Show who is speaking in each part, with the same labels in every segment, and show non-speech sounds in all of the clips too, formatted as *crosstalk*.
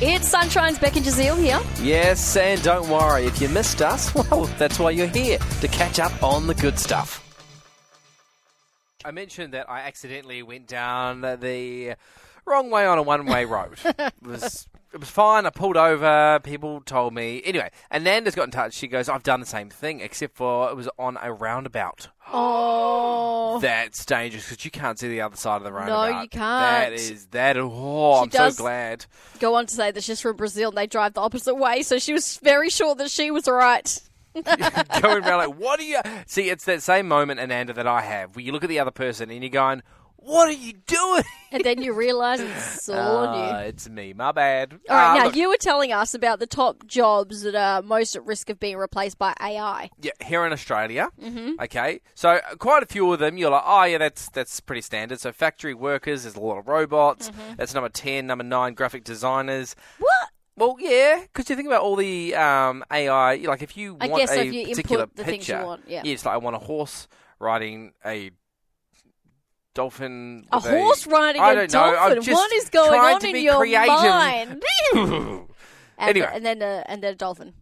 Speaker 1: It's Sunshine's Becky Jazeel here.
Speaker 2: Yes, and don't worry, if you missed us, *laughs* well, that's why you're here, to catch up on the good stuff. I mentioned that I accidentally went down the wrong way on a one way *laughs* road. it was it was fine, I pulled over, people told me. Anyway, Ananda's got in touch, she goes, I've done the same thing, except for it was on a roundabout.
Speaker 1: Oh,
Speaker 2: That's dangerous because you can't see the other side of the roundabout.
Speaker 1: you can't.
Speaker 2: That is that. Oh,
Speaker 1: She
Speaker 2: I'm
Speaker 1: does-
Speaker 2: so glad.
Speaker 1: go on to say that she's from Brazil and they drive the opposite way, so she was very sure that she was right.
Speaker 2: *laughs* going around like, what are you? See, it's that same moment, Ananda, that I have where you look at the other person and you're going, what are you
Speaker 1: *laughs*
Speaker 2: doing?
Speaker 1: And then you realise
Speaker 2: *laughs*
Speaker 1: it's all on you.
Speaker 2: Ah, it's me. My bad.
Speaker 1: All right,
Speaker 2: Ah,
Speaker 1: now
Speaker 2: look,
Speaker 1: you were telling us about the top jobs that are most at risk of being replaced by AI.
Speaker 2: yeah, here in Australia, mm-hmm. okay. So uh, quite a few of them, you're like, oh yeah, that's that's pretty standard. So factory workers, there's a lot of robots.
Speaker 1: Mm-hmm.
Speaker 2: That's number ten. Number nine, graphic designers.
Speaker 1: What?
Speaker 2: Well, yeah, because you think about all the um, AI. Like, if you
Speaker 1: I
Speaker 2: want
Speaker 1: guess
Speaker 2: a
Speaker 1: if you
Speaker 2: particular
Speaker 1: input the
Speaker 2: picture,
Speaker 1: things you want, yeah.
Speaker 2: it's like I want a horse riding a dolphin.
Speaker 1: A
Speaker 2: with
Speaker 1: horse riding
Speaker 2: I
Speaker 1: a
Speaker 2: don't know, I'm
Speaker 1: dolphin.
Speaker 2: just
Speaker 1: what is going
Speaker 2: trying
Speaker 1: on
Speaker 2: to
Speaker 1: in
Speaker 2: be
Speaker 1: your
Speaker 2: creative. *laughs*
Speaker 1: mind? *laughs* And,
Speaker 2: Anyway.
Speaker 1: and then a, and then a dolphin.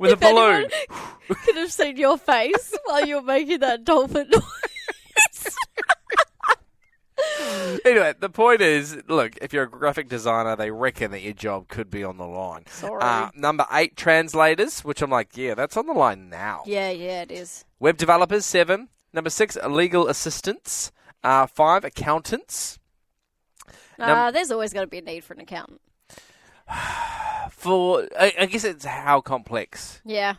Speaker 2: with a
Speaker 1: If anyone
Speaker 2: balloon.
Speaker 1: could have seen your face *laughs* while you were making that dolphin *laughs* noise.
Speaker 2: Anyway, the point is, look, if you're a graphic designer, they reckon that your job could be on the line.
Speaker 1: Sorry.
Speaker 2: Uh, number eight, translators, which I'm like, yeah, that's on the line now.
Speaker 1: yeah, yeah, it is.
Speaker 2: Web developers, seven. Number six, legal assistants. Uh, five, accountants. Num-
Speaker 1: Uh, there's always going to be a need for an accountant.
Speaker 2: For I, I guess it's how complex.
Speaker 1: Yeah,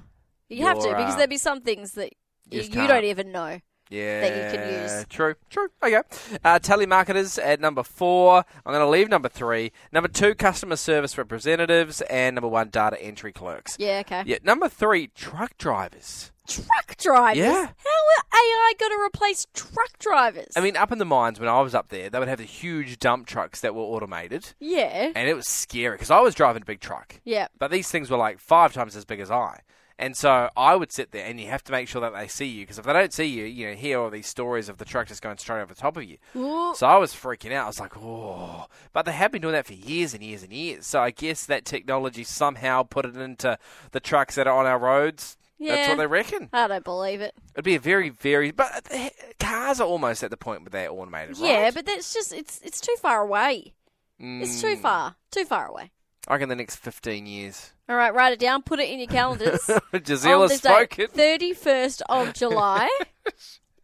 Speaker 1: you have to
Speaker 2: You're,
Speaker 1: because
Speaker 2: uh,
Speaker 1: there'd be some things that you,
Speaker 2: just
Speaker 1: you
Speaker 2: can't.
Speaker 1: don't even know.
Speaker 2: Yeah,
Speaker 1: That you can use.
Speaker 2: True, true. Okay. Uh, telemarketers at number four. I'm going to leave number three. Number two, customer service representatives, and number one, data entry clerks.
Speaker 1: Yeah, okay.
Speaker 2: Yeah, number three, truck drivers.
Speaker 1: Truck drivers.
Speaker 2: Yeah.
Speaker 1: How are AI going to replace truck drivers?
Speaker 2: I mean, up in the mines when I was up there, they would have the huge dump trucks that were automated,
Speaker 1: yeah,
Speaker 2: and it was scary because I was driving a big truck.
Speaker 1: yeah.
Speaker 2: But these things were like five times as big as I. And so I would sit there, and you have to make sure that they see you because if they don't see you, you know, hear all these stories of the truck just going straight over the top of you.
Speaker 1: Ooh.
Speaker 2: So I was freaking out. I was like, oh. But they have been doing that for years and years and years. So I guess that technology somehow put it into the trucks that are on our roads. That's
Speaker 1: Yeah.
Speaker 2: what they reckon.
Speaker 1: I don't believe it.
Speaker 2: It'd be a very, very. But the he- cars are almost at the point where they're automated, right? Mm.
Speaker 1: Yeah, but that's just it's it's too far away. It's
Speaker 2: Hmm.
Speaker 1: too far, too far away.
Speaker 2: I reckon the next 15 years. *laughs*
Speaker 1: All right, write it down. Put it in your calendars.
Speaker 2: Gisela spoken.
Speaker 1: thirty first
Speaker 2: *laughs*
Speaker 1: of July.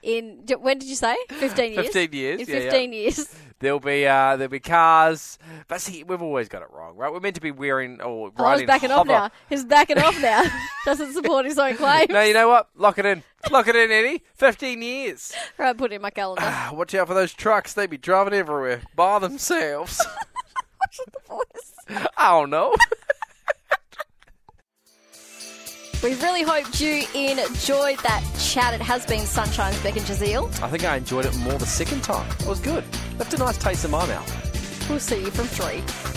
Speaker 1: in d- when did you say? Fifteen years.
Speaker 2: 15 years,
Speaker 1: In
Speaker 2: yeah, yeah.
Speaker 1: fifteen years.
Speaker 2: There'll be uh, there'll be cars, but see, we've always got it wrong, right? We're meant to be wearing or
Speaker 1: Oh, he's
Speaker 2: riding.
Speaker 1: backing off
Speaker 2: hover.
Speaker 1: now. *laughs* He's backing off
Speaker 2: *laughs*
Speaker 1: now. Doesn't support his own claim.
Speaker 2: No, you know what? Lock it in, lock it in, Eddie. Fifteen years.
Speaker 1: Right, put it in my calendar. *laughs*
Speaker 2: Ah, *sighs* Watch out for those trucks; they be driving everywhere by themselves. *laughs* I don't know.
Speaker 1: We really hoped you enjoyed that chat. It has been Sunshine's Beck and Jazeel.
Speaker 2: I think I enjoyed it more the second time. It was good. Left a nice taste in my mouth.
Speaker 1: We'll see you from three.